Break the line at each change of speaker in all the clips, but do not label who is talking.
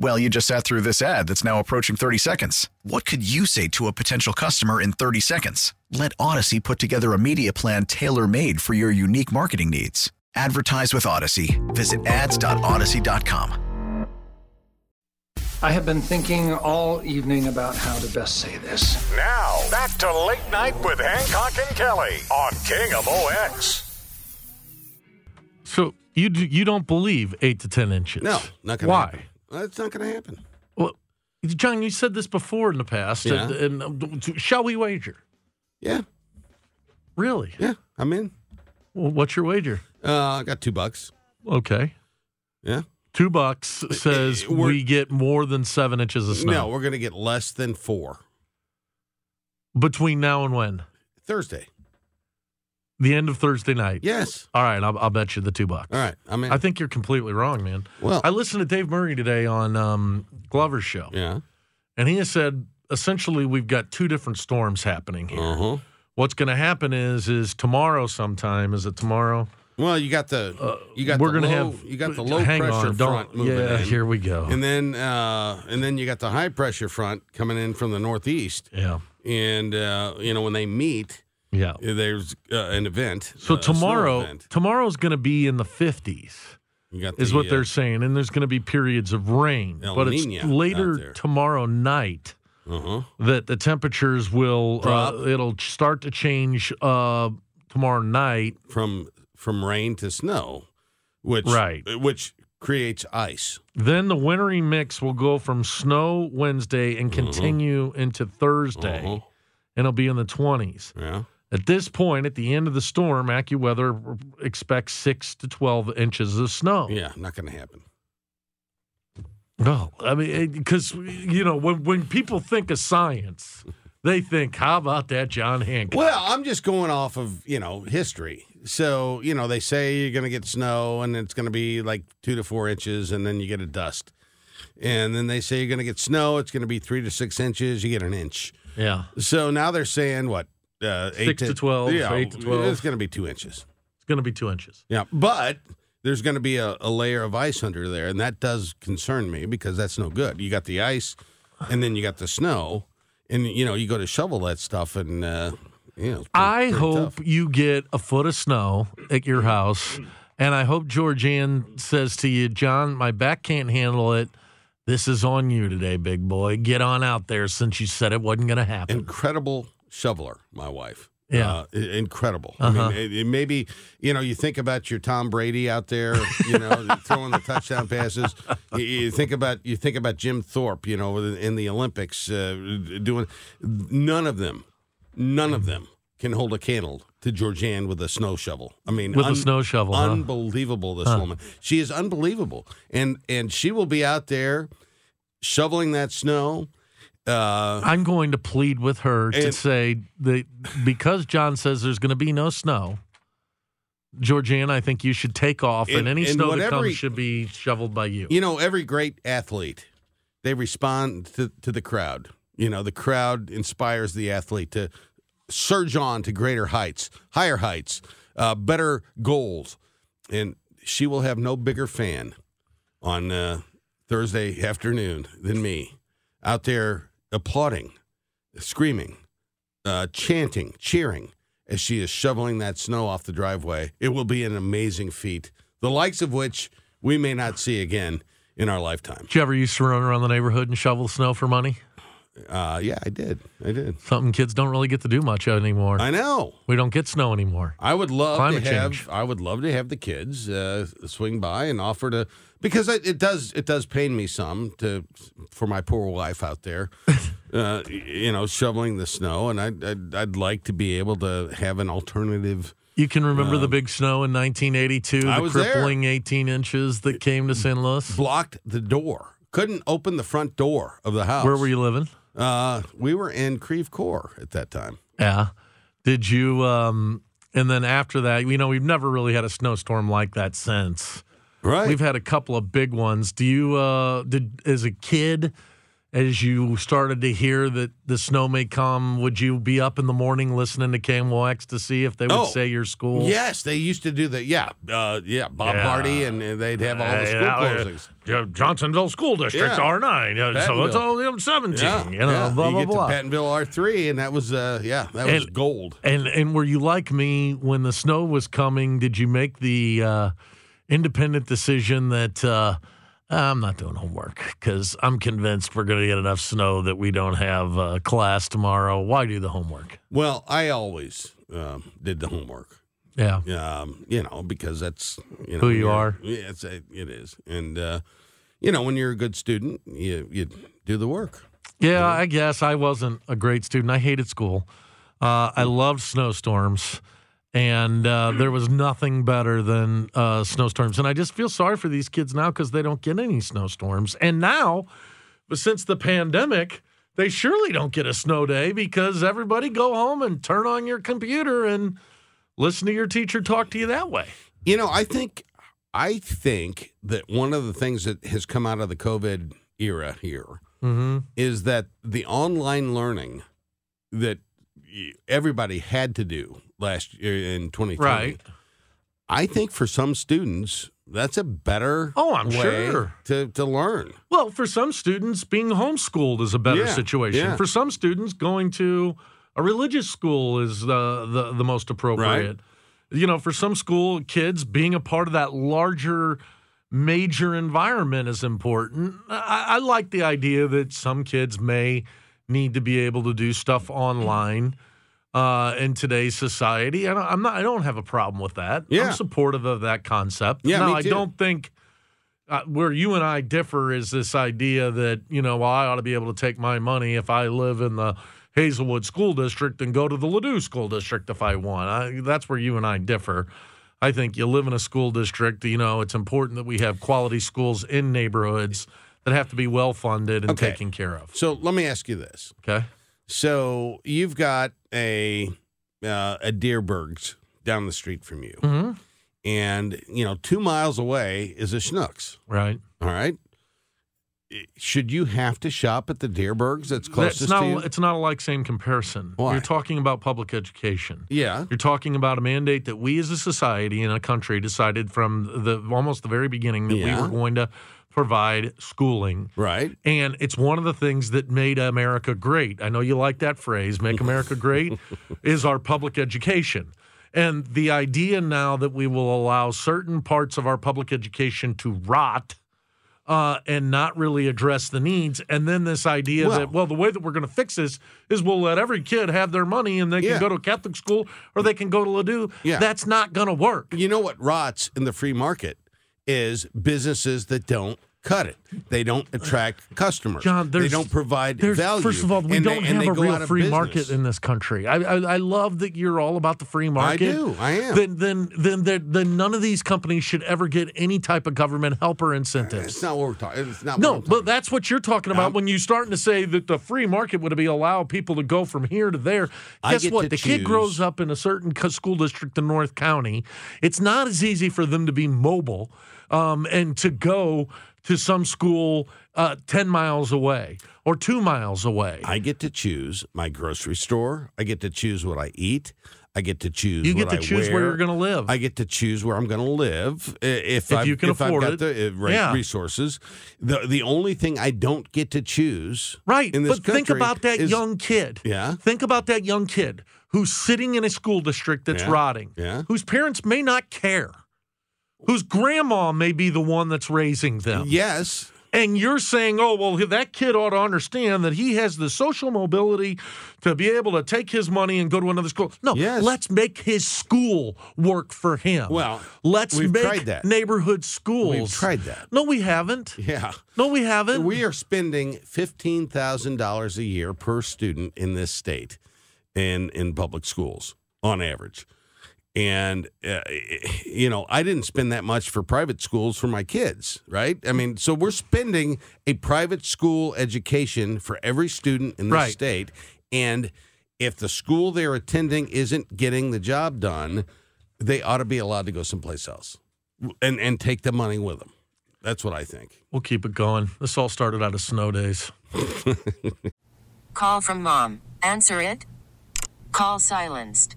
Well, you just sat through this ad that's now approaching 30 seconds. What could you say to a potential customer in 30 seconds? Let Odyssey put together a media plan tailor made for your unique marketing needs. Advertise with Odyssey. Visit ads.odyssey.com.
I have been thinking all evening about how to best say this.
Now, back to Late Night with Hancock and Kelly on King of OX.
So you d- you don't believe eight to ten inches?
No, not gonna
Why?
happen. That's not going to happen.
Well, John, you said this before in the past,
Yeah.
and, and uh, shall we wager?
Yeah,
Really?
yeah, I'm in.
Well, what's your wager?
Uh, I got two bucks.
Okay,
Yeah.
two bucks says
Uh, we're-
we get more than seven inches of snow
No, we're going to get less than four.
between now and when
Thursday.
the end of Thursday night.
Yes.
All right, I'll, I'll bet you the two bucks.
All right. I'm in.
I think you're completely wrong, man.
Well-
I listened to Dave Murray today on um, Glover's show,
yeah.
and he has said essentially we've got two different storms happening here.
Uh huh.
What's going to happen is is tomorrow sometime is it tomorrow?
Well, you got the you got
Uh, we're
the
gonna
low,
have
you got the low
hang
pressure
on, don't-
front moving
yeah,
in.
here we go.
and then uh, and then you got the high pressure front coming in from the northeast,
Yeah,
and uh, you know when they meet,
yeah.
there's uh, an event.
So
uh, a snow
tomorrow,
event.
tomorrow's going to be in the fifties,
You got
is
the,
what
uh,
they're saying, and there's going to be periods of rain.
El
but it's
Niño out
later
there.
tomorrow night
Uh-huh.
that the temperatures will
Drop.
Uh, it'll start to change uh, tomorrow night.
from from rain to snow, which
Right.
which creates ice.
Then the wintry mix will go from snow Wednesday and
Mm-hmm.
continue into Thursday,
Uh-huh.
and it'll be in the twenties.
Yeah.
At this point, at the end of the storm, AccuWeather expects six to 12 inches of snow.
Yeah, not going to happen.
No, I mean, because, you know, when, when people think of science, they think, how about that, John Hancock?
Well, I'm just going off of, you know, history. So, you know, they say you're going to get snow and it's going to be like two to four inches and then you get a dust. And then they say you're going to get snow. It's going to be three to six inches. You get an inch.
Yeah.
So now they're saying what? Uh,
Six to 12,
Yeah,
eight to 12.
It's going to be two inches.
It's going to be two inches.
Yeah, but there's going to be a, a layer of ice under there, and that does concern me because that's no good. You got the ice, and then you got the snow, and you know you go to shovel that stuff, and uh, you know. it's pretty-
I
pretty
hope
tough.
you get a foot of snow at your house. And I hope Georgianne says to you, John, my back can't handle it. This is on you today, big boy. Get on out there since you said it wasn't going to happen.
incredible shoveler, my wife.
Yeah.
Uh, i- incredible. I
Uh-huh.
mean, it, it maybe you know you think about your Tom Brady out there, you know, throwing the touchdown passes. You, you think about you think about Jim Thorpe, you know, in the Olympics, uh, doing. None of them, none of them can hold a candle to Georgianne with a snow shovel. I mean,
With a snow shovel, huh?
unbelievable. This woman, she is unbelievable, and and she will be out there shoveling that snow. Uh,
I'm going to plead with her to
And-
say that because John says there's going to be no snow, Georgiana, I think you should take off, and,
And-
any
and
snow that
whatever
comes
he-
should be shoveled by you.
You know, every great athlete, they respond to, to the crowd. You know, the crowd inspires the athlete to surge on to greater heights, higher heights, uh, better goals. And she will have no bigger fan on uh, Thursday afternoon than me out there applauding, screaming, uh, chanting, cheering as she is shoveling that snow off the driveway. It will be an amazing feat, the likes of which we may not see again in our lifetime.
Did you ever used to run around the neighborhood and shovel snow for money?
Uh, yeah, I did. I did.
Something kids don't really get to do much anymore.
I know.
we don't get snow anymore.
I would love
Climate
to have.
change.
I would love to have the kids uh, swing by and offer to because it, it does it does pain me some to for my poor wife out there, uh, you know, shoveling the snow, and I would I'd, I'd like to be able to have an alternative.
You can remember the big snow in 1982,
I
the
was there.
crippling 18 inches that came to San Luis.
Blocked the door, couldn't open the front door of the house.
Where were you living?
Uh, we were in Creve Corps at that time.
Yeah. Did you? Um, and then after that, you know, we've never really had a snowstorm like that since.
Right.
We've had a couple of big ones. Do you? Uh, did as a kid, as you started to hear that the snow may come, would you be up in the morning listening to KMOX to see if they would
Oh.
say your school?
Yes, they used to do that. Yeah, uh, yeah. Bob
Yeah.
Hardy, and, and they'd have all the school closings.
Johnsonville School District
Yeah.
nine,
so it's Pattonville.
seventeen.
yeah. you get to Pattonville R three, and that was uh, yeah, that was
And-
gold.
And and were you like me when the snow was coming? Did you make the uh, independent decision that uh, I'm not doing homework because I'm convinced we're going to get enough snow that we don't have uh, class tomorrow? Why do the homework?
Well, I always um, did the homework,
Yeah,
um, you know, because that's you know
Who you
you're-
are.
Yeah, it's a, it is, and uh, you know when you're a good student, you you do the work.
yeah. I guess I wasn't a great student. I hated school. Uh, I loved snowstorms. And uh, there was nothing better than uh, snowstorms. And I just feel sorry for these kids now because they don't get any snowstorms. And now But since the pandemic, they surely don't get a snow day because everybody go home and turn on your computer and listen to your teacher talk to you that way.
You know, I think I think that one of the things that has come out of the COVID era here
Mm-hmm.
is that the online learning that y- everybody had to do last year in 2020.
Right.
I think for some students, that's a better
Oh, I'm
way
sure.
to, to learn.
Well, for some students, being homeschooled is a better
Yeah,
situation.
yeah.
For some students, going to a religious school is the the, the most appropriate. You know, for some school kids, being a part of that larger major environment is important. I, I like the idea that some kids may need to be able to do stuff online uh, in today's society. And I'm not. I don't have a problem with that.
Yeah.
I'm supportive of that concept.
Yeah,
now
me
I
too.
don't think uh, where you and I differ is this idea that you know well, I ought to be able to take my money if I live in the Hazelwood school district and go to the Ladue school district if I want. I, that's where you and I differ. I think you live in a school district. You know, it's important that we have quality schools in neighborhoods that have to be well funded and
Okay.
taken care of.
So let me ask you this.
Okay.
So you've got a uh, a Deerbergs down the street from you,
Mm-hmm.
and you know two miles away is a Schnucks.
Right.
All right. I- Should you have to shop at the Deerbergs that's
it's
closest
not.
to you?
It's not a like same comparison.
Why?
You're talking about public education.
yeah.
You're talking about a mandate that we as a society and a country decided from the almost the very beginning that we
Yeah.
were going to provide schooling.
Right.
And it's one of the things that made America great. I know you like that phrase, make America great, is our public education. And the idea now that we will allow certain parts of our public education to rot uh, and not really address the needs. And then this idea
Well-
that, well, the way that we're going to fix this is we'll let every kid have their money and they
Yeah.
can go to a Catholic school or they can go to Ladue.
Yeah.
That's not going to work.
You know what rots in the free market is businesses that don't cut it. They don't attract customers.
John,
they
there's-
don't provide
There's-
value.
First of all, we
and they-
don't
and
have
they
a
go
real
out of
free
business.
market in this country. I, I I love that you're all about the free market.
do. I am.
Then then then then, then none of these companies should ever get any type of government help or incentives.
It's not what we're talking. It's not.
No,
what I'm
but that's what you're talking about when you're starting to say that the free market would be allow people to go from here to there.
I
Guess
get
what?
to
The
choose.
kid grows up in a certain co- school district in North County. It's not as easy for them to be mobile um, and to go to some school uh, 10 miles away or two miles away.
I get to choose my grocery store. I get to choose what I eat. I get to choose.
You get
what
to
I
choose where
wear.
you're gonna live.
I get to choose where I'm going to live i- if,
If
I've,
you can
if
afford
I've
it.
got the uh, right
Yeah.
resources. The the only thing I don't get to choose
Right.
in this
but think
country
about that
is-
young kid.
Yeah.
Think about that young kid who's sitting in a school district that's
Yeah.
rotting,
Yeah.
whose parents may not care, whose grandma may be the one that's raising them.
Yes.
And you're saying, oh, well, that kid ought to understand that he has the social mobility to be able to take his money and go to another school. No,
Yes.
let's make his school work for him.
Well,
let's
we've
make
tried that.
neighborhood schools.
We've tried that.
No, we haven't.
Yeah.
No, we haven't.
We are spending fifteen thousand dollars a year per student in this state, and in public schools on average. And uh, you know, I didn't spend that much for private schools for my kids, right? I mean, so we're spending a private school education for every student in this
Right.
state, and if the school they're attending isn't getting the job done, they ought to be allowed to go someplace else, and and take the money with them. That's what I think.
We'll keep it going. This all started out of snow days.
Call from mom. Answer it. Call silenced.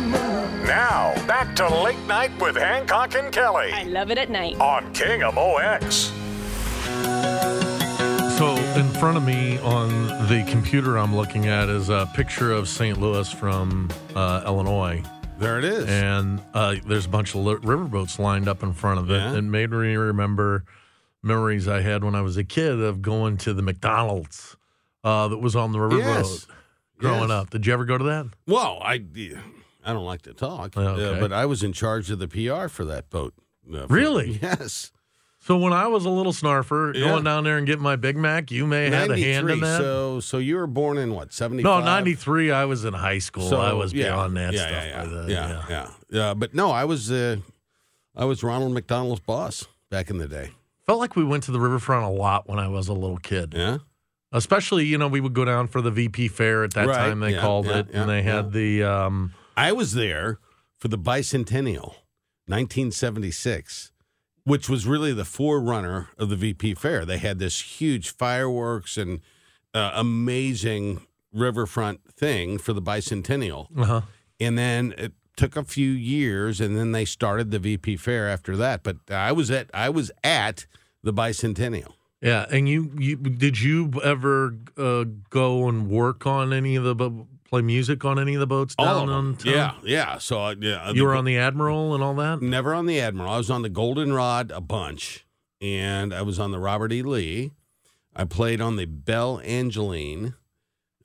back to Late Night with Hancock and Kelly
I love it at night.
on King of OX.
So, in front of me on the computer I'm looking at is a picture of St. Louis from uh, Illinois.
There it is.
And uh, there's a bunch of li- riverboats lined up in front of it.
Yeah.
It made me remember memories I had when I was a kid of going to the McDonald's uh, that was on the riverboat
Yes.
growing
Yes.
up. Did you ever go to that?
Well, I I don't like to talk,
Yeah, okay.
uh, but I was in charge of the PR for that boat. uh, for-
Really?
Yes.
So, when I was a little snarfer,
Yeah.
going down there and getting my Big Mac, you may have had a hand in
93,
that.
So so you were born in what? 75?
no, 93, I was in high school. I was beyond that
yeah,
stuff.
Yeah,
by
yeah,
then,
yeah,
yeah.
yeah, Yeah, But no, I was uh, I was Ronald McDonald's boss back in the day.
Felt like we went to the riverfront a lot when I was a little kid.
Yeah.
Especially, you know, we would go down for the VP fair at that
Right,
time they
yeah,
called
yeah,
it,
yeah,
and they had the um,
I was there for the bicentennial, 1976, which was really the forerunner of the VP Fair. They had this huge fireworks and uh, amazing riverfront thing for the bicentennial.
uh
And then it took a few years and then they started the VP Fair after that, but I was at I was at the bicentennial.
yeah. And you, you did you ever uh, go and work on any of the bo- play music on any of the boats down
All of them.
on town?
Yeah, Uh, yeah. So I- yeah,
You were on the Admiral and all that.
Never on the Admiral. I was on the Goldenrod a bunch, and I was on the Robert E. Lee. I played on the Belle Angeline,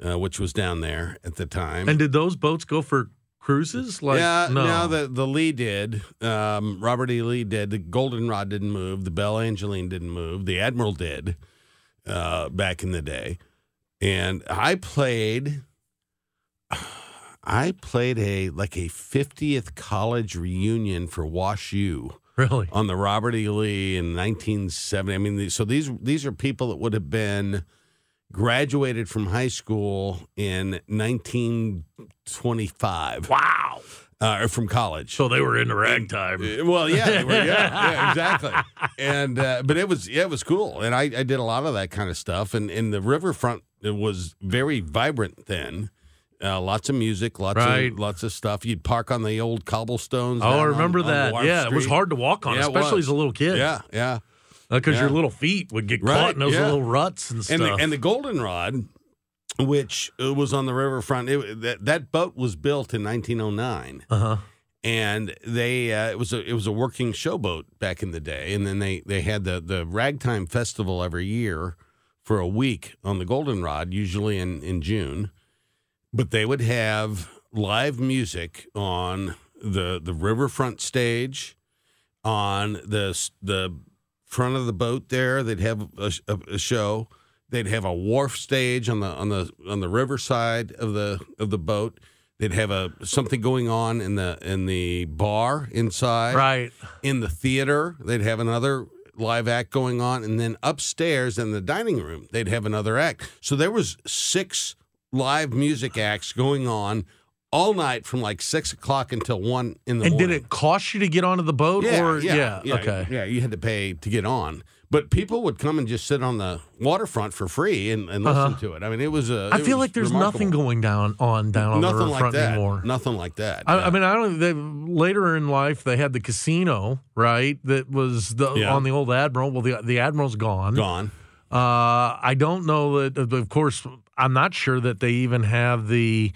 uh, which was down there at the time.
And did those boats go for cruises? Like
yeah,
no.
the the Lee did. Um, Robert E. Lee did. The Goldenrod didn't move. The Belle Angeline didn't move. The Admiral did uh, back in the day, and I played. I played a like a 50th college reunion for Wash U
really
on the Robert E. Lee in 1970. I mean, these- so these these are people that would have been graduated from high school in 1925. Wow. Uh, or from college.
so they were into ragtime.
Uh, Well, yeah, they were- yeah, yeah, exactly. And uh, but it was yeah, it was cool, and I, I did a lot of that kind of stuff. And and the riverfront it was very vibrant then. Uh, lots of music, lots
Right.
of lots of stuff. You'd park on the old cobblestones.
Oh,
down
I
on-
remember
on
that.
Wharf
yeah, it was
Street.
hard to walk on,
Yeah, it
especially
was.
as a little kid.
Yeah, yeah.
because your
Yeah.
little feet would get
Right,
caught in those
yeah.
little ruts and stuff.
And the, and the goldenrod, which uh, was on the riverfront, it, that that boat was built in 1909,
uh-huh.
and they uh, it was a it was a working showboat back in the day, and then they they had the the ragtime festival every year for a week on the goldenrod, usually in in June, but they would have live music on the the riverfront stage on the s- the front of the boat there. They'd have a, sh- a, a show. They'd have a wharf stage on the on the on the riverside of the of the boat. They'd have a something going on in the in the bar inside.
Right.
In the theater, they'd have another live act going on, and then upstairs in the dining room, they'd have another act. So there was six live music acts going on all night from like six o'clock until one in the
And
morning.
did it cost you to get onto the boat? or okay.
Yeah, you had to pay to get on. But people would come and just sit on the waterfront for free and, and listen to it. I mean, it was a.
Uh-huh. I feel like there's nothing going down on down on
nothing
the
like
riverfront
that.
anymore.
Nothing like that.
I,
yeah.
I mean, I don't. They, later in life, they had the casino, right? That was the
Yeah.
on the old admiral. Well, the the admiral's gone.
gone.
Uh, I don't know that. Of course, I'm not sure that they even have the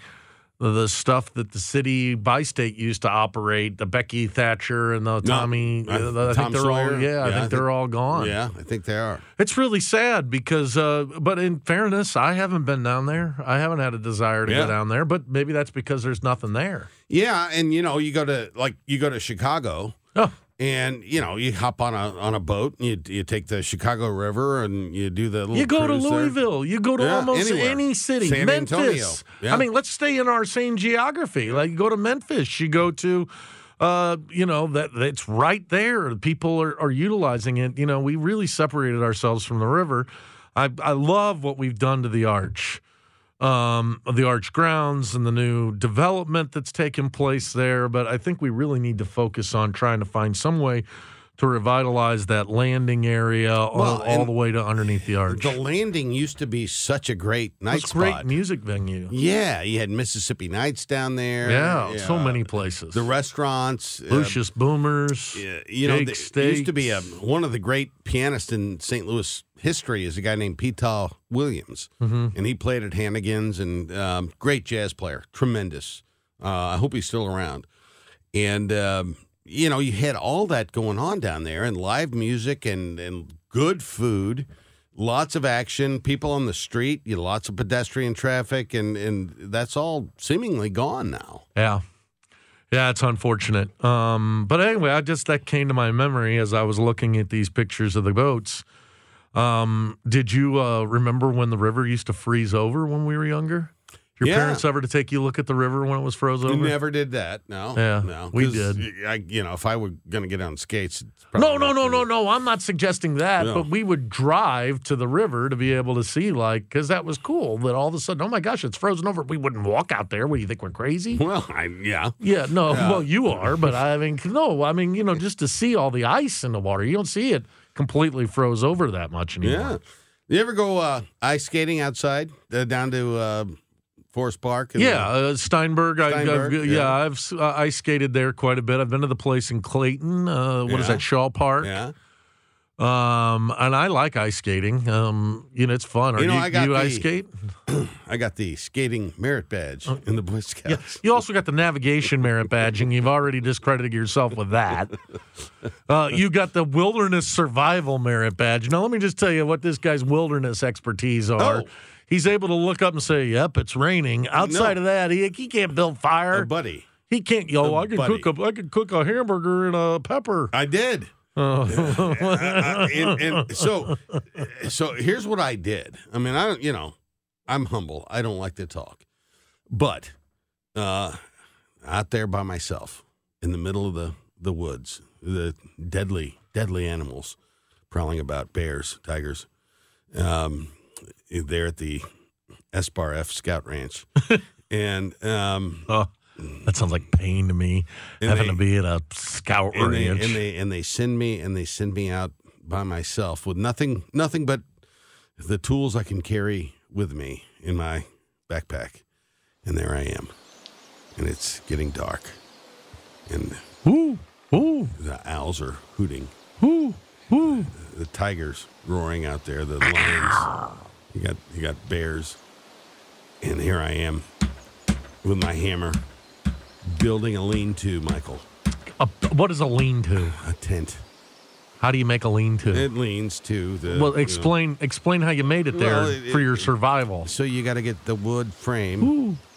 the stuff that the city by state used to operate. The Becky Thatcher and the Tommy.
I-
uh, I
Tom
think they're all.
Sawyer.
Yeah, I
Yeah,
think
I
they're
think-
all gone.
Yeah, I think they are.
It's really sad because, uh, but in fairness, I haven't been down there. I haven't had a desire to
Yeah.
go down there, but maybe that's because there's nothing there.
Yeah, and you know, you go to like you go to Chicago.
Oh,
And you know you hop on a on a boat and you you take the Chicago River and you do the little
you go to
cruise there.
Louisville, you go to
Yeah,
almost
anywhere.
any city,
San
Memphis.
Antonio. Yeah.
I mean, let's stay in our same geography. Like, you go to Memphis, you go to, uh, you know, that that's right there. People are, are utilizing it. You know, we really separated ourselves from the river. I I love what we've done to the arch. um, the arch grounds and the new development that's taken place there. But I think we really need to focus on trying to find some way to revitalize that landing area all,
Well,
all
and
the way to underneath the arch.
The landing used to be such a great night
It's great
spot.
music venue.
Yeah, you had Mississippi Nights down there.
Yeah, so
Yeah.
many places.
The restaurants. uh,
Lucius Boomers.
yeah, you know,
Jake
there used to be a,
Steaks.
one of the great pianists in St. Louis history is a guy named Petal Williams, and he played at Hannigan's and um, great jazz player, tremendous. Uh, I hope he's still around. And um, you know, you had all that going on down there, and live music and and good food. Lots of action, people on the street, you lots of pedestrian traffic, and, and that's all seemingly gone now.
Yeah. Yeah, it's unfortunate. Um, but anyway, I just that came to my memory as I was looking at these pictures of the boats. Um, did you uh, remember when the river used to freeze over when we were younger? Your
Yeah.
parents ever to take you a look at the river when it was froze over?
We never did that. No.
Yeah,
No.
we
'Cause
did.
I, you know, if I were going to get on skates, it's probably
No, no,
not
no,
gonna-
no, no. I'm not suggesting that,
No.
but we would drive to the river to be able to see, like, because that was cool. That all of a sudden, oh my gosh, it's frozen over. We wouldn't walk out there. What do you think? We're crazy?
Well, I, yeah.
Yeah, no, well, you are, but I mean, no, I mean, you know, just to see all the ice in the water, you don't see it completely froze over that much anymore.
Yeah. You ever go uh, ice skating outside uh, down to uh, Forest Park? and,
Yeah,
uh,
uh, Steinberg. I,
Steinberg,
I've, yeah,
yeah.
I've s- uh, ice skated there quite a bit. I've been to the place in Clayton. Uh, what is
Yeah.
that, Shaw Park?
yeah.
Um, and I like ice skating. Um, you know, it's fun. Are
You
you,
know, I got
you ice
the-
skate?
I got the skating merit badge
Uh,
in the Boy Scouts.
You also got the navigation merit badge, and you've already discredited yourself with that. Uh, you got the wilderness survival merit badge. Now, let me just tell you what this guy's wilderness expertise are.
Oh.
He's able to look up and say, "Yep, it's raining." Outside
No.
of that, he, he can't build fire.
Uh, buddy.
He can't go.
Oh,
I could
buddy.
cook a I could cook a hamburger and a pepper.
I did.
Oh.
I- I- and, and so, so here's what I did. I mean, I don't, you know, I'm humble. I don't like to talk, but uh, out there by myself in the middle of the the woods, the deadly deadly animals prowling about, bears, tigers, um, there at the Espar F Scout Ranch, and um,
Oh, that sounds like pain to me.
And
having
they-
to be at a scout
and they,
ranch.
and they and they send me and they send me out by myself with nothing nothing but the tools I can carry with me in my backpack, and there I am, and it's getting dark, and
ooh, ooh,
the owls are hooting,
ooh, ooh.
the tigers roaring out there, the lions, you got you got bears, and here I am with my hammer building a lean-to, Michael,
A, what is a lean to?
a tent.
How do you make a lean to?
It leans to the you
Well,
know,
explain explain how you made it there
Well, it-
for
it-
your survival.
So you got to get the wood frame.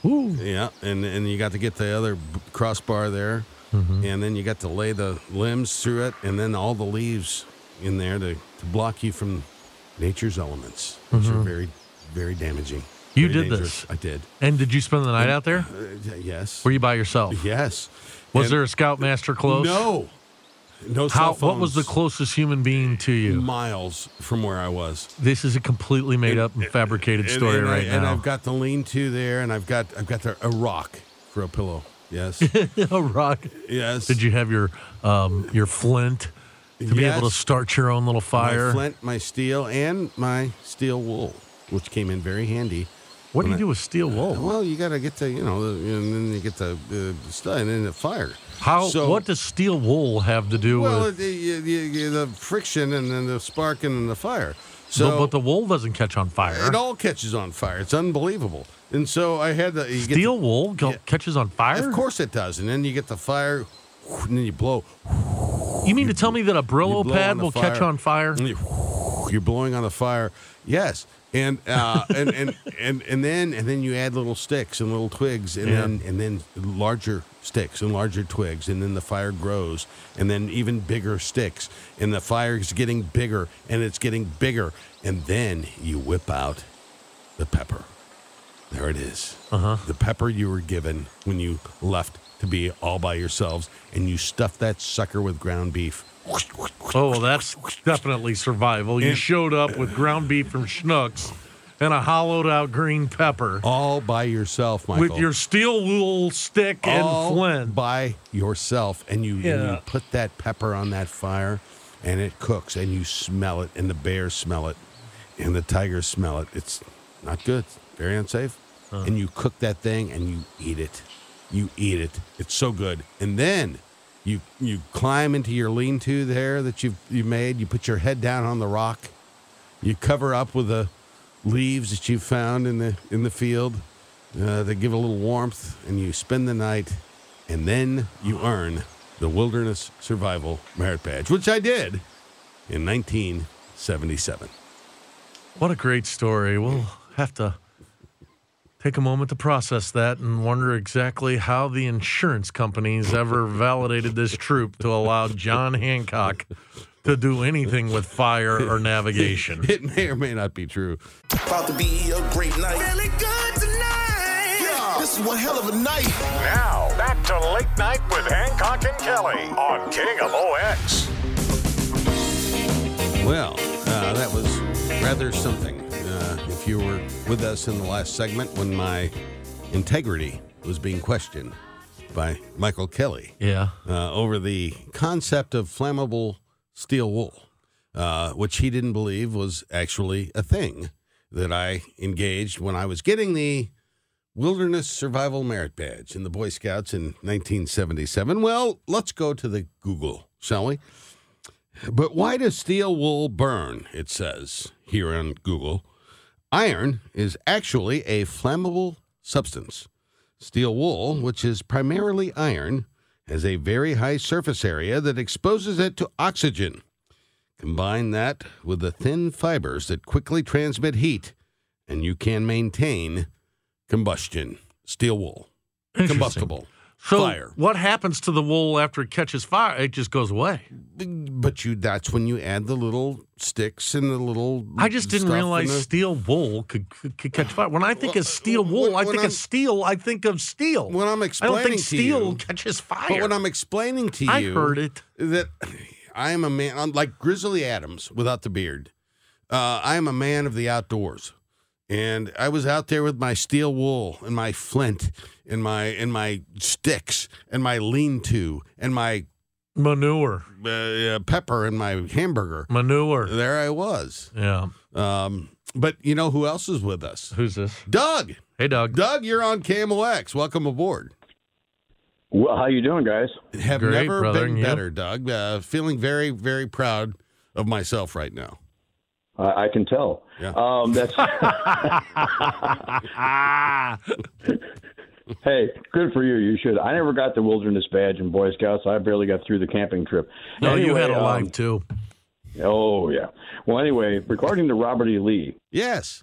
Ooh, ooh.
Yeah, and and you got to get the other b- crossbar there,
Mm-hmm.
and then you got to lay the limbs through it, and then all the leaves in there to, to block you from nature's elements, which are very, very damaging.
Mm-hmm. You
very
did
dangerous.
this.
I did.
And did you spend the night out there?
Uh, y- yes.
Were you by yourself?
yes.
Was
And-
there a scoutmaster close?
No. No.
How?
cell
What was the
phones.
closest human being to you?
Miles from where I was.
This is a completely made up and fabricated
And-
story
and I-
right
And
now.
I've got the lean-to there, and I've got I've got the, a rock for a pillow. Yes.
Oh, Rock,
yes.
did you have your um, your flint to be able
Yes.
to start your own little fire?
My flint, my steel, and my steel wool, which came in very handy.
What do you
when
do with steel wool?
Well, you got to get to you know, the, and then you get the uh, stuff, and then the fire.
How?
So,
what does steel wool have to do
well,
with?
it, you, you, you- the friction and then the spark and then the fire.
but-
So
but the wool doesn't catch on fire.
it all catches on fire. It's unbelievable. And so I had the you get the-
Steel wool go-
Yeah.
catches on fire.
Of course it does. And then you get the fire, and then you blow.
You mean to tell me that a
You
Brillo
blow on
pad
the
will catch
fire.
on fire?
And you- You're blowing on the fire. Yes. And, uh, and and and and then and then you add little sticks and little twigs and
Yeah.
then and then larger sticks and larger twigs and then the fire grows and then even bigger sticks and the fire is getting bigger and it's getting bigger and then you whip out the pepper. There it is. Uh-huh. The pepper you were given when you left to be all by yourselves and you stuff that sucker with ground beef.
Oh, well, that's definitely survival. You
And-
showed up with ground beef from Schnucks and a hollowed out green pepper
all by yourself, Michael.
with your steel wool stick
All
and flint.
by yourself, and you, and
Yeah.
you put that pepper on that fire, and it cooks, and you smell it, and the bears smell it, and the tigers smell it. It's not good, very unsafe. And you cook that thing, and you eat it. You eat it. It's so good. And then you you climb into your lean-to there that you've you made. You put your head down on the rock. You cover up with the leaves that you found in the in the field uh, that give a little warmth, and you spend the night, and then you earn the Wilderness Survival Merit Badge, which I did in 1977.
What a great story. We'll have to take a moment to process that and wonder exactly how the insurance companies ever validated this troop to allow John Hancock to do anything with fire or navigation.
It may or may not be true.
About to be a great night. Feeling good tonight. Yeah. This is one hell of a night.
Now, back to Late Night with Hancock and Kelly on King of OX.
Well, uh, that was rather something. Uh, if you were with us in the last segment when my integrity was being questioned by Michael Kelly.
Yeah.
uh, over the concept of flammable steel wool, uh, which he didn't believe was actually a thing that I engaged when I was getting the Wilderness Survival Merit Badge in the Boy Scouts in 1977. Well, let's go to the Google, shall we? But why does steel wool burn? It says here on Google. Iron is actually a flammable substance. Steel wool, which is primarily iron, has a very high surface area that exposes it to oxygen. Combine that with the thin fibers that quickly transmit heat, and you can maintain combustion. Steel wool.
Interesting.
Combustible.
So
fire.
what happens to the wool after it catches fire? It just goes away.
But you that's when you add the little sticks and the little
I just didn't
stuff and
realize
the-
steel wool could, could, could catch fire. When I think of steel wool,
when-
I
when
think
I'm-
of steel. I think of steel.
When I'm
I don't
explaining
think
to
steel
you-
catches fire.
But when I'm explaining to you
I heard it.
that I am a man I'm like Grizzly Adams without the beard. Uh, I am a man of the outdoors. And I was out there with my steel wool and my flint and my and my sticks and my lean-to and my
Manure,
uh, uh, pepper and my hamburger.
manure.
There I was.
Yeah.
Um, but you know who else is with us?
Who's this?
Doug.
Hey, Doug.
Doug, you're on KMOX. Welcome aboard.
Well, how you doing, guys?
Have
Great,
never
brother,
been
and you?
better, Doug. Uh, feeling very, very proud of myself right now.
I, I can tell.
Yeah.
Um, that's Ah. hey, good for you. You should. I never got the wilderness badge in Boy Scouts. I barely got through the camping trip.
No, you had a
Anyway, um,
life too.
oh yeah. Well, anyway, regarding the Robert E. Lee,
Yes.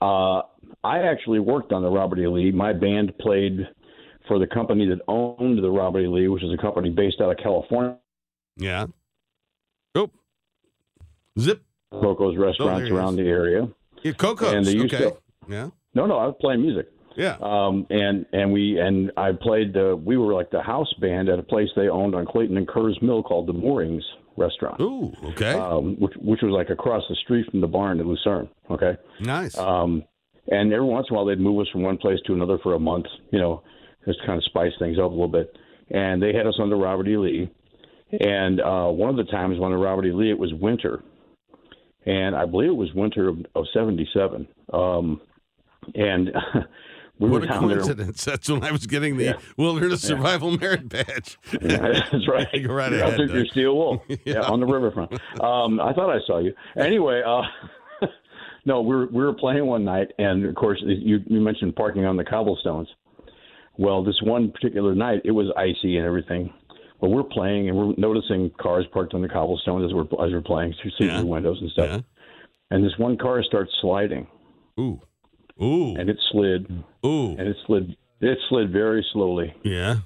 uh, I actually worked on the Robert E. Lee. My band played for the company that owned the Robert E. Lee, which is a company based out of California.
Yeah. Oh. Zip. Oh,
Coco's restaurants
there it
around
is.
the area.
Yeah, Coco's.
And they used
okay.
to-
Yeah.
No, no, I was playing music.
Yeah.
um, and and we and I played the we were like the house band at a place they owned on Clayton and Kerr's Mill called the Moorings Restaurant,
Ooh. Okay.
um, which which was like across the street from the barn in Lucerne. Okay,
nice.
um, and every once in a while they'd move us from one place to another for a month, you know, just kind of spice things up a little bit. And they had us under Robert E. Lee, and uh, one of the times under Robert E. Lee it was winter, and I believe it was winter of, of '77. Um, and we
what
were
a
down there.
coincidence. That's when I was getting the Wilderness Survival Merit Badge.
Yeah, that's right.
Go right
You're
ahead,
out there,
Doug.
you're steel wool yeah. on the riverfront. Um, I thought I saw you. Anyway, uh, no, we were, we were playing one night, and of course, you, you mentioned parking on the cobblestones. Well, this one particular night, it was icy and everything. But we're playing, and we're noticing cars parked on the cobblestones as we're as we're playing through through the windows and stuff.
Yeah.
And this one car starts sliding,
Ooh. Ooh.
and it slid,
Ooh.
and it slid, it slid very slowly,
Yeah.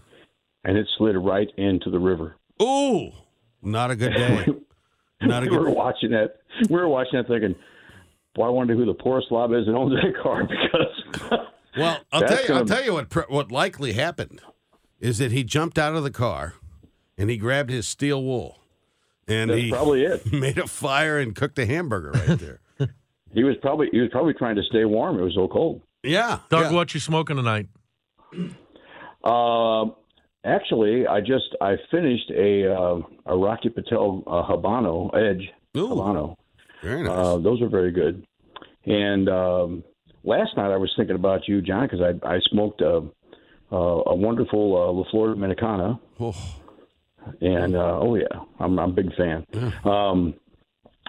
and it slid right into the river.
Ooh. Not a good day. Not a
we were
good.
watching that. We were watching that thinking, boy, I wonder who the poorest slob is that owns that car because.
Well, I'll
That's
tell you. I'll
gonna-
tell you what. pr- What likely happened is that he jumped out of the car, and he grabbed his steel wool, and
That's
he
probably it.
made a fire and cooked a hamburger right there.
He was probably he was probably trying to stay warm. It was so cold.
yeah,
Doug,
yeah.
what you smoking tonight?
Um, actually, I just I finished a uh, a Rocky Patel uh, Habano Edge
Ooh.
Habano.
Very nice.
Uh, those are very good. And um, last night I was thinking about you, John, because I I smoked uh, a a, a wonderful uh, La Florida Dominicana.
Oh,
and
Mm.
uh, oh yeah, I'm, I'm a big fan. Um,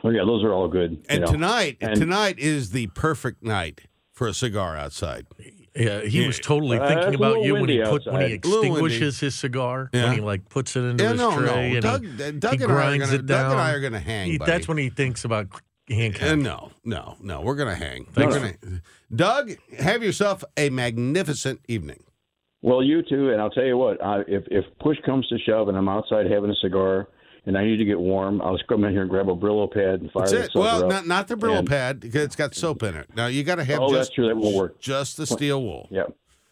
oh yeah, those are all good. you
and
know.
tonight,
And-
tonight is the perfect night for a cigar outside.
Yeah, he was totally
Uh,
thinking
it's a
about
little
you when he
windy
put when he
outside.
A little windy.
extinguishes his cigar
Yeah.
when he like puts it into
Yeah,
his
no, no.
tray and
Doug-
he,
Doug
he
and I are
grinds
gonna-
it
Doug
down.
and I are gonna hang,
He-
buddy.
That's when he thinks about handcuffs.
Uh, no, no, no. We're gonna hang.
Thanks.
We're gonna- Doug, have yourself a magnificent evening.
well, you too, and I'll tell you what, I, if if push comes to shove, and I'm outside having a cigar, and I need to get warm, I'll just come in here and grab a Brillo pad and fire
That's
this
it. Well,
up.
not not the Brillo
And-
pad because it's got soap in it. Now you got to have
Oh,
just
that's true. That won't work.
just the steel wool.
Yeah,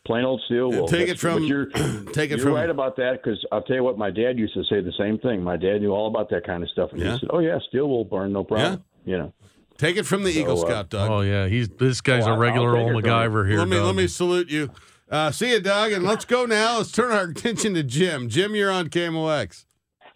plain old steel wool.
Take it
That's- but
from
you're,
take it
you're
from
right about that because I'll tell you what, my dad used to say the same thing. My dad knew all about that kind of stuff, and
Yeah.
he said, "Oh yeah, steel will burn, no problem." You know.
take it from the Eagle
uh,
Scout, Doug.
Oh yeah, he's this guy's
Oh,
a
I'll-
regular
I'll
old
take it, Doug.
MacGyver here.
let me
Doug.
let me salute you. Uh, see you, Doug, and let's go now. Let's turn our attention to Jim. Jim, you're on KMOX.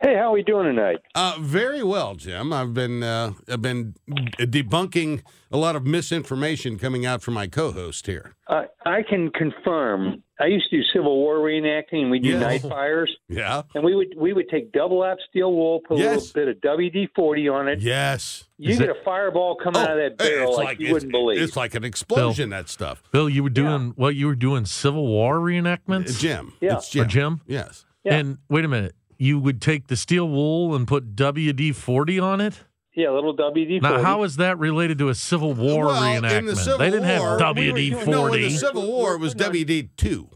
Hey, how are we doing tonight?
Uh, very well, Jim. I've been uh, I've been debunking a lot of misinformation coming out from my co-host here.
Uh, I can confirm. I used to do Civil War reenacting, and we do
Yes.
night fires,
Yeah.
and we would we would take double app steel wool, put
Yes.
a little bit of WD forty on it.
Yes. Oh,
You get a fireball coming out of that
hey,
barrel
it's
like, you
it's-
wouldn't believe.
It's like an explosion. That stuff.
Bill, you were doing what you were doing Civil War reenactments
Jim.
Yeah.
It's Jim.
or Jim?
Yes.
Yeah.
And wait a minute, you would take the steel wool and put WD forty on it.
yeah, a little WD
Now,
forty.
how is that related to a Civil War
well,
reenactment?
In the Civil
they didn't
War,
have WD
No, in
forty.
the Civil War it was WD two.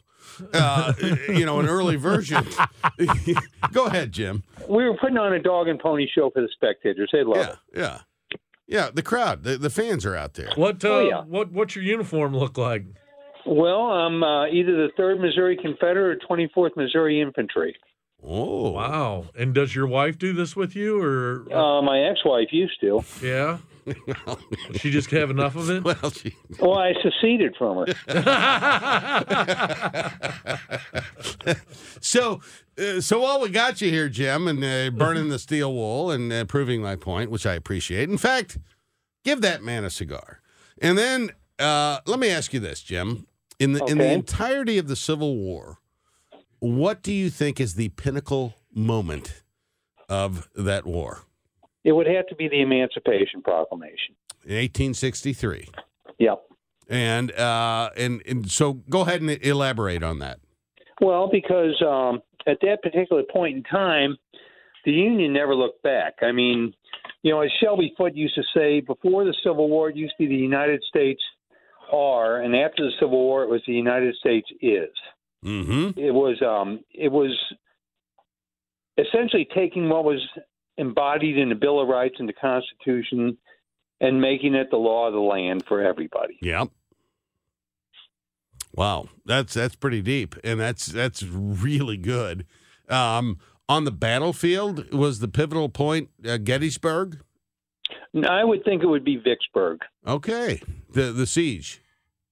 uh, you know, an early version. Go ahead, Jim.
We were putting on a dog and pony show for the spectators. They love it.
Yeah, yeah. The crowd, the, the fans are out there.
What uh,
Oh, yeah.
what what's your uniform look like?
Well, I'm uh, either the 3rd Missouri Confederate or 24th Missouri Infantry.
Oh
wow! And does your wife do this with you, or
Uh, my ex-wife used to.
yeah? she just have enough of it.
Well, she,
Well, I seceded from her.
so, uh, so while we got you here, Jim, and uh, burning the steel wool and uh, proving my point, which I appreciate. In fact, give that man a cigar. And then uh, let me ask you this, Jim: in the in the
Okay.
entirety of the Civil War, what do you think is the pinnacle moment of that war
It would have to be the Emancipation Proclamation.
in 1863?
Yep.
And uh, and and so go ahead and elaborate on that.
Well, because um, at that particular point in time, the Union never looked back. I mean, you know, as Shelby Foote used to say, before the Civil War, it used to be the United States are, and after the Civil War, it was the United States is.
Mm-hmm.
It was, um, it was essentially taking what was embodied in the Bill of Rights and the Constitution and making it the law of the land for everybody.
Yep. Wow, that's that's pretty deep, and that's that's really good. Um, on the battlefield was the pivotal point uh, Gettysburg.
And I would think it would be Vicksburg.
Okay, the the siege.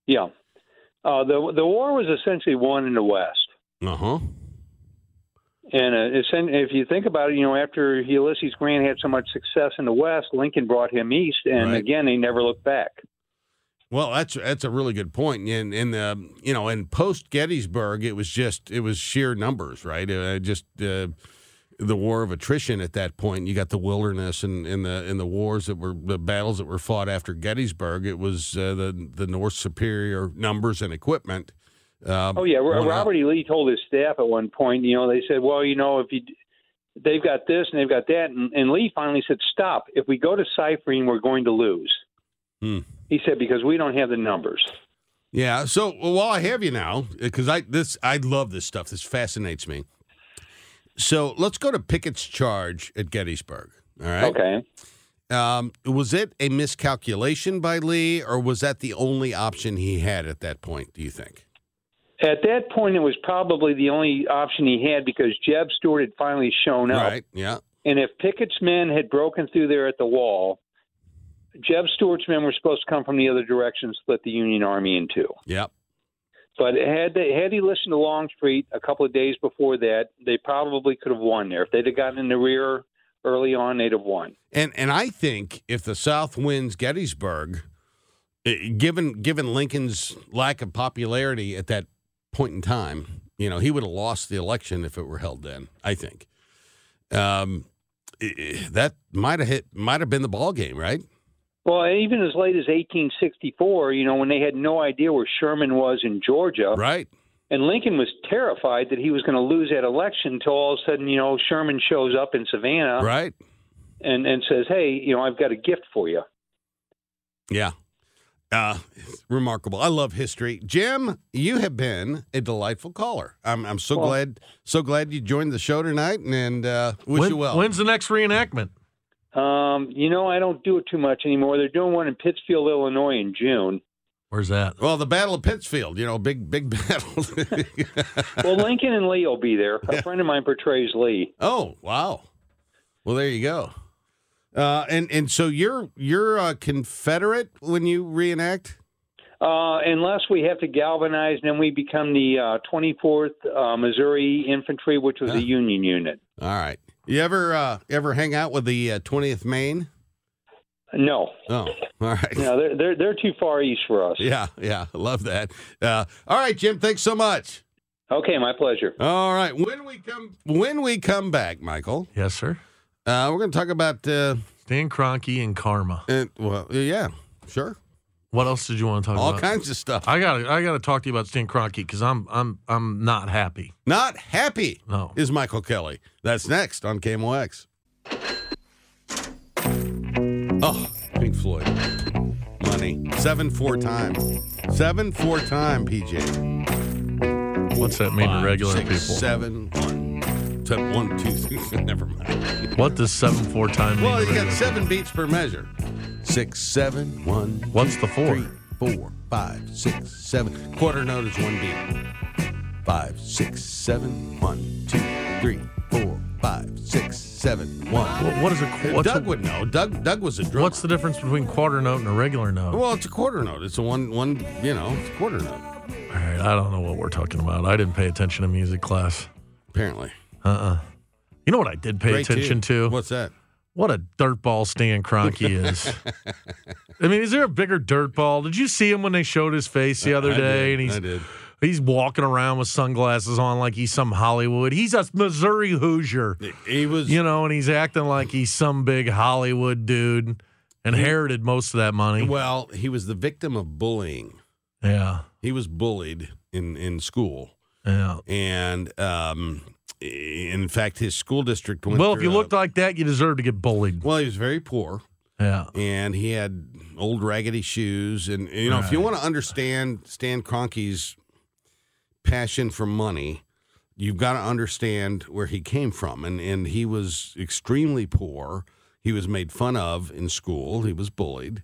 Yeah. Uh, the the war was essentially won in the West,
Uh huh.
and uh, it's, and if you think about it, you know, after Ulysses Grant had so much success in the West, Lincoln brought him east, and
Right.
again, he never looked back.
Well, that's that's a really good point. And in the you know, in post Gettysburg, it was just it was sheer numbers, right? Uh, just uh, the war of attrition at that point. You got the wilderness and in the in the wars that were the battles that were fought after Gettysburg. It was uh, the the North superior numbers and equipment. Uh,
Oh yeah, Ro-
won out.
Robert E. Lee told his staff at one point, you know, they said, well, you know, if you they've got this and they've got that, and, and Lee finally said, stop. If we go to ciphering, we're going to lose.
Hmm.
He said because we don't have the numbers.
Yeah. So well, while I have you now, because I this I love this stuff. This fascinates me. So let's go to Pickett's charge at Gettysburg. All right.
Okay.
Um, was it a miscalculation by Lee, or was that the only option he had at that point? Do you think?
At that point, it was probably the only option he had because Jeb Stuart had finally
Oh,
shown up.
Right. Yeah.
And if Pickett's men had broken through there at the wall, Jeb Stuart's men were supposed to come from the other direction and split the Union Army in two.
Yep.
But had they, had he listened to Longstreet a couple of days before that, they probably could have won there. If they'd have gotten in the rear early on, they'd have won.
And and I think if the South wins Gettysburg, eh, given given Lincoln's lack of popularity at that point in time, you know, he would have lost the election if it were held then. I think. Um, eh, eh, that might have hit might have been the ball game, right?
Well, even as late as 1864, you know, when they had no idea where Sherman was in Georgia,
Right.
and Lincoln was terrified that he was going to lose that election until all of a sudden, you know, Sherman shows up in Savannah
Right.
and, and says, hey, you know, I've got a gift for you.
Yeah. Uh, it's remarkable. I love history. Jim, you have been a delightful caller. I'm, I'm so
Well-
glad, so glad you joined the show tonight and uh, wish
When-
you well.
When's the next reenactment?
Um, you know, I don't do it too much anymore. They're doing one in Pittsfield, Illinois in June.
Where's that?
well, the Battle of Pittsfield, you know, big, big battle.
Well, Lincoln and Lee will be there. A friend of mine portrays Lee.
oh, wow. Well, there you go. Uh, and, and so you're, you're a Confederate when you reenact?
Uh, unless we have to galvanize, then we become the uh, 24th uh, Missouri Infantry, which was a Union unit.
All right. You ever, uh, ever hang out with the uh, 20th Maine?
No,
Oh, all right.
no, they're, they're they're too far east for us.
Yeah, yeah, love that. Uh, all right, Jim, thanks so much.
Okay, my pleasure.
All right, when we come when we come back, Michael,
Yes, sir.
uh, we're going to talk about uh,
Stan Kroenke and Karma.
uh, well, yeah, sure,
What else did you want to talk
all
about?
kinds of stuff.
I got I got to talk to you about Stan Kroenke because I'm I'm I'm not happy.
Not happy
No.
is Michael Kelly. That's next on KMOX. Oh, Pink Floyd, money seven four time, seven four time, PJ.
What's that mean to
Five,
regular
six,
people?
Seven, one, t- one, two, three. Never mind.
What does seven four time mean?
Well,
to
you got
regular
seven beats per measure. Six, seven, one.
What's the four?
three, four, five, six, seven. Quarter note is one beat. Five, six, seven, one, two, three, four, five, six, seven, one.
Wha- what is a qu- what's
Doug
a-
would know. Doug Doug was a
people?
drummer.
What's the difference between quarter note and a regular note?
well, it's a quarter note. It's a one one. You know, it's a quarter note.
All right, I don't know what we're talking about. I didn't pay attention to music class.
Apparently.
Uh uh You know what I did pay
Great
attention to?
tune. What's that?
What a dirtball Stan Kroenke is. I mean, is there a bigger dirtball? Did you see him when they showed his face the other
I
day?
did,
And he's
I did.
he's walking around with sunglasses on like he's some Hollywood. He's a Missouri Hoosier,
He was.
you know, and he's acting like he's some big Hollywood dude. Inherited most of that money.
Well, he was the victim of bullying.
Yeah,
He was bullied in in school,
yeah.
and um, in fact, his school district went.
Well, if
through
you
a-
looked like that, you deserve to get bullied.
well, he was very poor,
Yeah.
and he had old raggedy shoes, and you know, if you want to understand Stan Kroenke's passion for money, you've got to understand where he came from, and and he was extremely poor. He was made fun of in school. He was bullied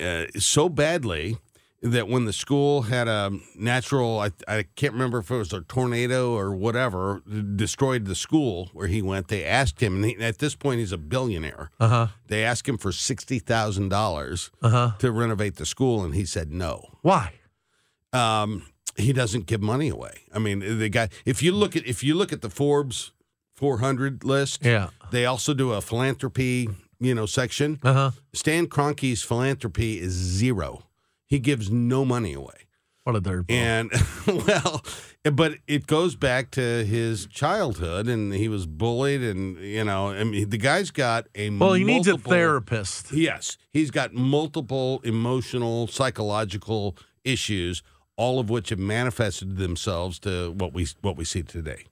uh, so badly that when the school had a natural, I, I can't remember if it was a tornado or whatever, destroyed the school where he went. They asked him, and he, at this point, he's a billionaire.
Uh huh.
They asked him for sixty thousand dollars
Uh huh.
to renovate the school, and he said no
Why?
um, he doesn't give money away. I mean, the guy. If you look at if you look at the Forbes 400 list,
Yeah.
they also do a philanthropy, you know, section.
Uh huh.
Stan Kroenke's philanthropy is zero. He gives no money away.
What a dirtball.
And well, but it goes back to his childhood, and he was bullied, and you know, I mean, the guy's got a
well, he needs a
multiple-
therapist.
Yes, he's got multiple emotional, psychological issues, all of which have manifested themselves to what we what we see today.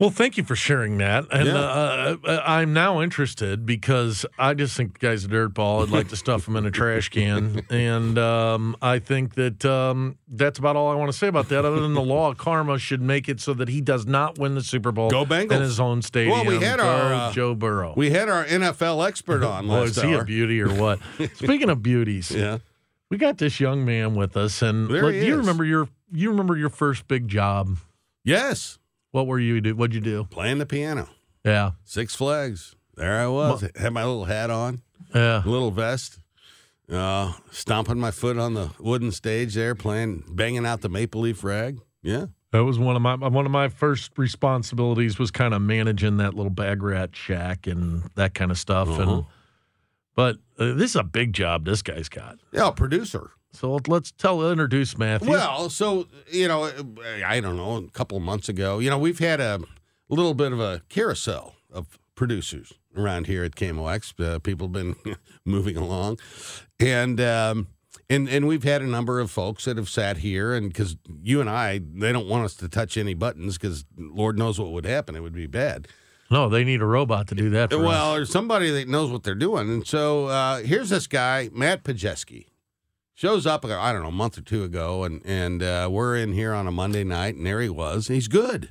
Well, thank you for sharing that, and
Yeah.
uh, uh, I'm now interested because I just think the guy's a dirtball. I'd like to stuff him in a trash can, and um, I think that um, that's about all I want to say about that. Other than the law of karma should make it so that he does not win the Super Bowl
Go Bengals.
in his own stadium.
Well, we had
Go
our, uh,
Joe Burrow.
We had our NFL expert on
Boy,
last
is he a
hour.
beauty or what? Speaking of beauties,
Yeah,
we got this young man with us, and
There
look,
he
you
is.
remember your you remember your first big job.
yes,
What were you do? What'd you do?
playing the piano,
Yeah,
Six Flags. There I was, had my little hat on,
yeah.
little vest, uh, stomping my foot on the wooden stage there, playing, banging out the maple leaf rag. Yeah,
That was one of my one of my first responsibilities was kind of managing that little bag rat shack and that kind of stuff.
Uh-huh.
And but uh, this is a big job this guy's got.
yeah, producer.
So let's tell introduce Matthew.
Well, so you know, I don't know, a couple of months ago, you know, we've had a little bit of a carousel of producers around here at KMOX. Uh, people have been moving along, and um, and and we've had a number of folks that have sat here, and because you and I, they don't want us to touch any buttons because Lord knows what would happen; it would be bad.
no, they need a robot to do that. For us.
Well, or somebody that knows what they're doing. And so uh, here's this guy, Matt Pajeski. Shows up, I don't know, a month or two ago, and and uh, we're in here on a Monday night, and there he was. He's good.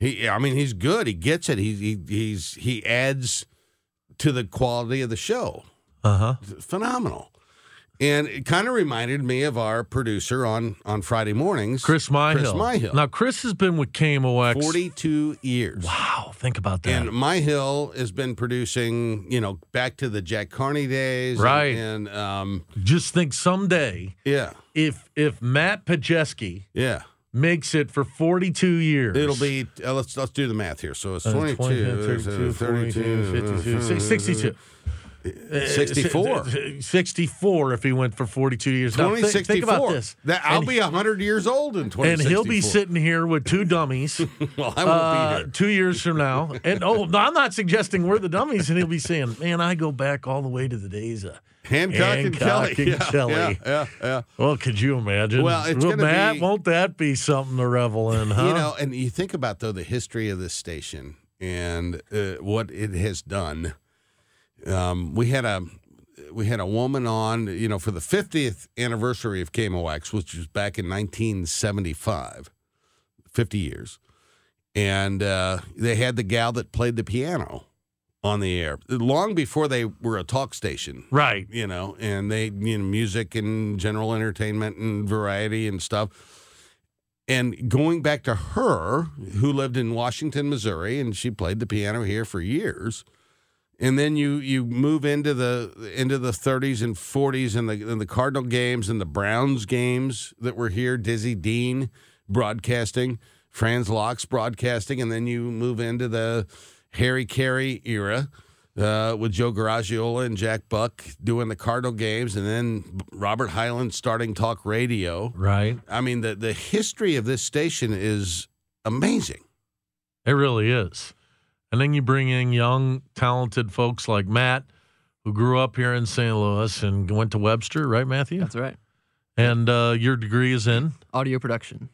He, I mean, he's good. He gets it. He, he he's he adds to the quality of the show.
uh huh.
Phenomenal, and it kind of reminded me of our producer on on Friday mornings,
Chris Myhill.
Chris Myhill.
Now Chris has been with KMOX.
forty two years.
Wow, think about that.
And My Hill has been producing, you know, back to the Jack Carney days.
Right.
And, um,
Just think someday
yeah,
if if Matt Pajeski
yeah.
makes it for 42 years,
It'll be, uh, let's let's do the math here. So it's
Uh,
22,
32,
32,
42, 52,
uh-huh.
62.
64.
64 if he went for 42 years. Now, thi- think
2064.
about this.
That, I'll
and,
be 100 years old in 2064.
and he'll be sitting here with two dummies
Well, I won't
uh,
be here.
two years from now. And oh, no, I'm not suggesting we're the dummies. And he'll be saying, man, I go back all the way to the days of.
Hancock, and
Hancock
Kelly.
and
yeah,
Kelly.
Yeah, yeah, yeah.
Well, could you imagine?
Well, it's gonna
Matt,
be-
won't that be something to revel in, huh?
You know, and you think about though the history of this station and uh, what it has done. Um, we had a we had a woman on, you know, for the 50th anniversary of KMOX, which was back in 1975. 50 years. And uh, they had the gal that played the piano on the air long before they were a talk station.
Right.
You know, and they, you know, music and general entertainment and variety and stuff. And going back to her, who lived in Washington, Missouri, and she played the piano here for years. And then you you move into the into the 30s and 40s and the and the Cardinal games and the Browns games that were here. Dizzy Dean broadcasting, Franz Locks broadcasting, and then you move into the Harry Carey era uh, with Joe Garagiola and Jack Buck doing the Cardinal games, and then Robert Hyland starting talk radio.
Right.
I mean, the the history of this station is amazing.
It really is. And then you bring in young, talented folks like Matt, who grew up here in St. Louis and went to Webster, right, Matthew?
That's right.
And uh, your degree is in
audio production.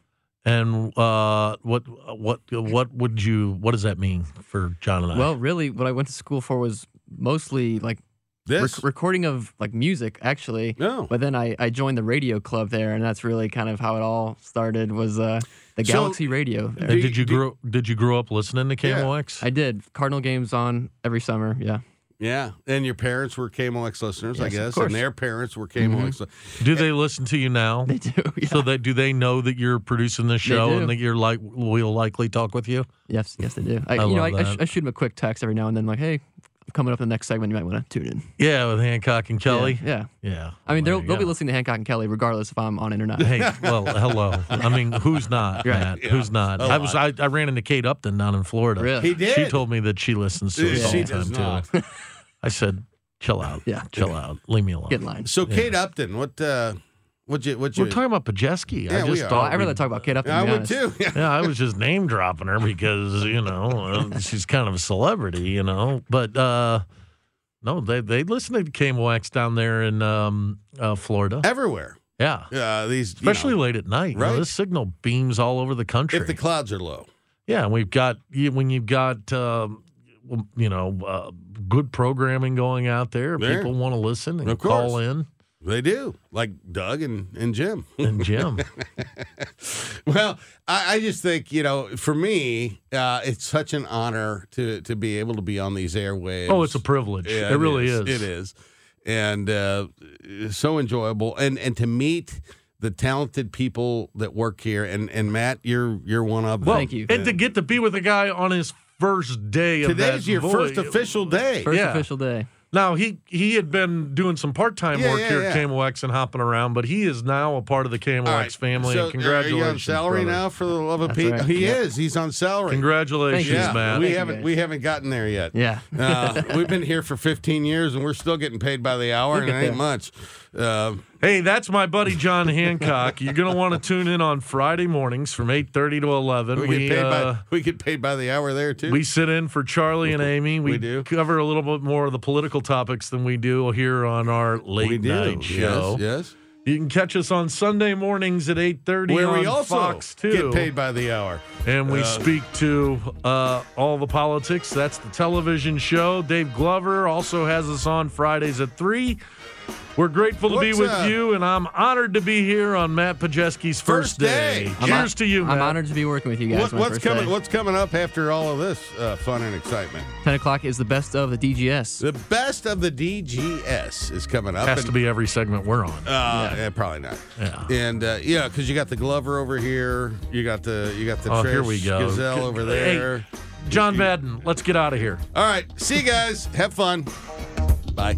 And uh, what what what would you what does that mean for John and I?
Well, really, what I went to school for was mostly like
this
rec- recording of like music, actually.
No.
But then I, I joined the radio club there, and that's really kind of how it all started. Was uh, the
So,
Galaxy Radio? There.
and did you grow did you grow up listening to
Yeah.
KMOX?
I did. Cardinal games on every summer. Yeah.
Yeah, and your parents were KMOX listeners, I
Yes, of
guess,
course.
and their parents were
Mm-hmm.
KMOX. li-
Do they listen to you now? They
do.
So that do they know that you're producing this show
do.
and that you're like will likely talk with you?
Yes. Yes, they do. I,
I
you know,
love
I, I, sh-
that.
I shoot them a quick text every now and then, like, "Hey, I'm coming up in the next segment. You might want to tune in."
Yeah, with Hancock and Kelly.
Yeah.
Yeah.
I mean, they'll,
Well, there you
they'll be
go.
listening to Hancock and Kelly regardless if I'm on it or not.
Hey, well, hello. I mean, who's not,
Right.
Matt? who's not?
a
I was I, I ran into Kate Upton down in Florida.
Really? He
She
did?
told me that she listens to
Yeah,
us all
she
the time
does not.
too. I said, "Chill out,
yeah,
chill out, leave me alone."
Get in line.
So Kate Upton, what uh, what you what you?
We're talking about Pajeski. I
Yeah, we
just
are. Oh,
thought
I really
we'd-
talk about Kate Upton. to
I
be
would
honest.
too. Yeah.
yeah, I was just name dropping her because you know uh, she's kind of a celebrity, you know. But uh, no, they they listen to KMOX down there in um, uh, Florida.
Everywhere,
Yeah,
uh, these you
especially
know,
late at night. You know,
Right.
this signal beams all over the country.
if the clouds are low.
Yeah, and we've got you- when you've got um, w- you know uh, good programming going out there,
Yeah.
people want to listen and
Of course.
call in.
They do, like Doug and, and Jim.
And Jim,
well, I, I just think you know, for me, uh, it's such an honor to to be able to be on these airwaves.
oh, it's a privilege.
Yeah,
it, really is.
It is, and uh, so enjoyable, and and to meet the talented people that work here, and and Matt, you're you're one of them.
Well,
Thank you.
And to get to be with a guy on his first day of
Today's
that
your
voy-
first official day.
First
Yeah.
official day.
Now he he had been doing some part time
Yeah,
work
yeah,
here at
yeah.
KMOX and hopping around, but he is now a part of the KMOX
All right,
family.
So uh,
and congratulations,
Are you on salary
brother.
now? For the love of
That's
Pete,
right.
he
Yeah.
is. He's on salary.
Congratulations,
Yeah,
Matt.
we
you,
haven't
guys.
we haven't gotten there yet.
Yeah.
uh, we've been here for 15 years and we're still getting paid by the hour,
We'll
and it
get
ain't
there.
much. Uh,
Hey, that's my buddy John Hancock. You're going to want to tune in on Friday mornings from 8:30 to 11.
we, uh, get paid by we get paid by the hour there too.
we sit in for Charlie and Amy. We,
We do.
cover a little bit more of the political topics than we do here on our late
we do.
night show.
Yes, yes.
You can catch us on Sunday mornings at 8:30
Where
on
we also
Fox 2.
get paid by the hour.
and we
Uh,
speak to uh, all the politics. That's the television show. Dave Glover also has us on Fridays at 3. We're grateful to be
What's
with
up?
you, and I'm honored to be here on Matt Pajeski's first,
First day.
day.
I'm
Cheers to you, Matt.
I'm honored to be working with you guys.
What,
my
what's
first
coming?
day.
What's coming up after all of this uh, fun and excitement?
10 o'clock is the best of the DGS.
The best of the DGS is coming up.
Has
and-
to be every segment we're on.
Uh, yeah. probably not.
Yeah.
And uh, yeah, because you got the Glover over here. You got the you got the
Oh,
Trish
here we go.
Gazelle
Good-
over
Hey,
there.
John Madden, let's get out of here.
All right, see you guys. Have fun. Bye.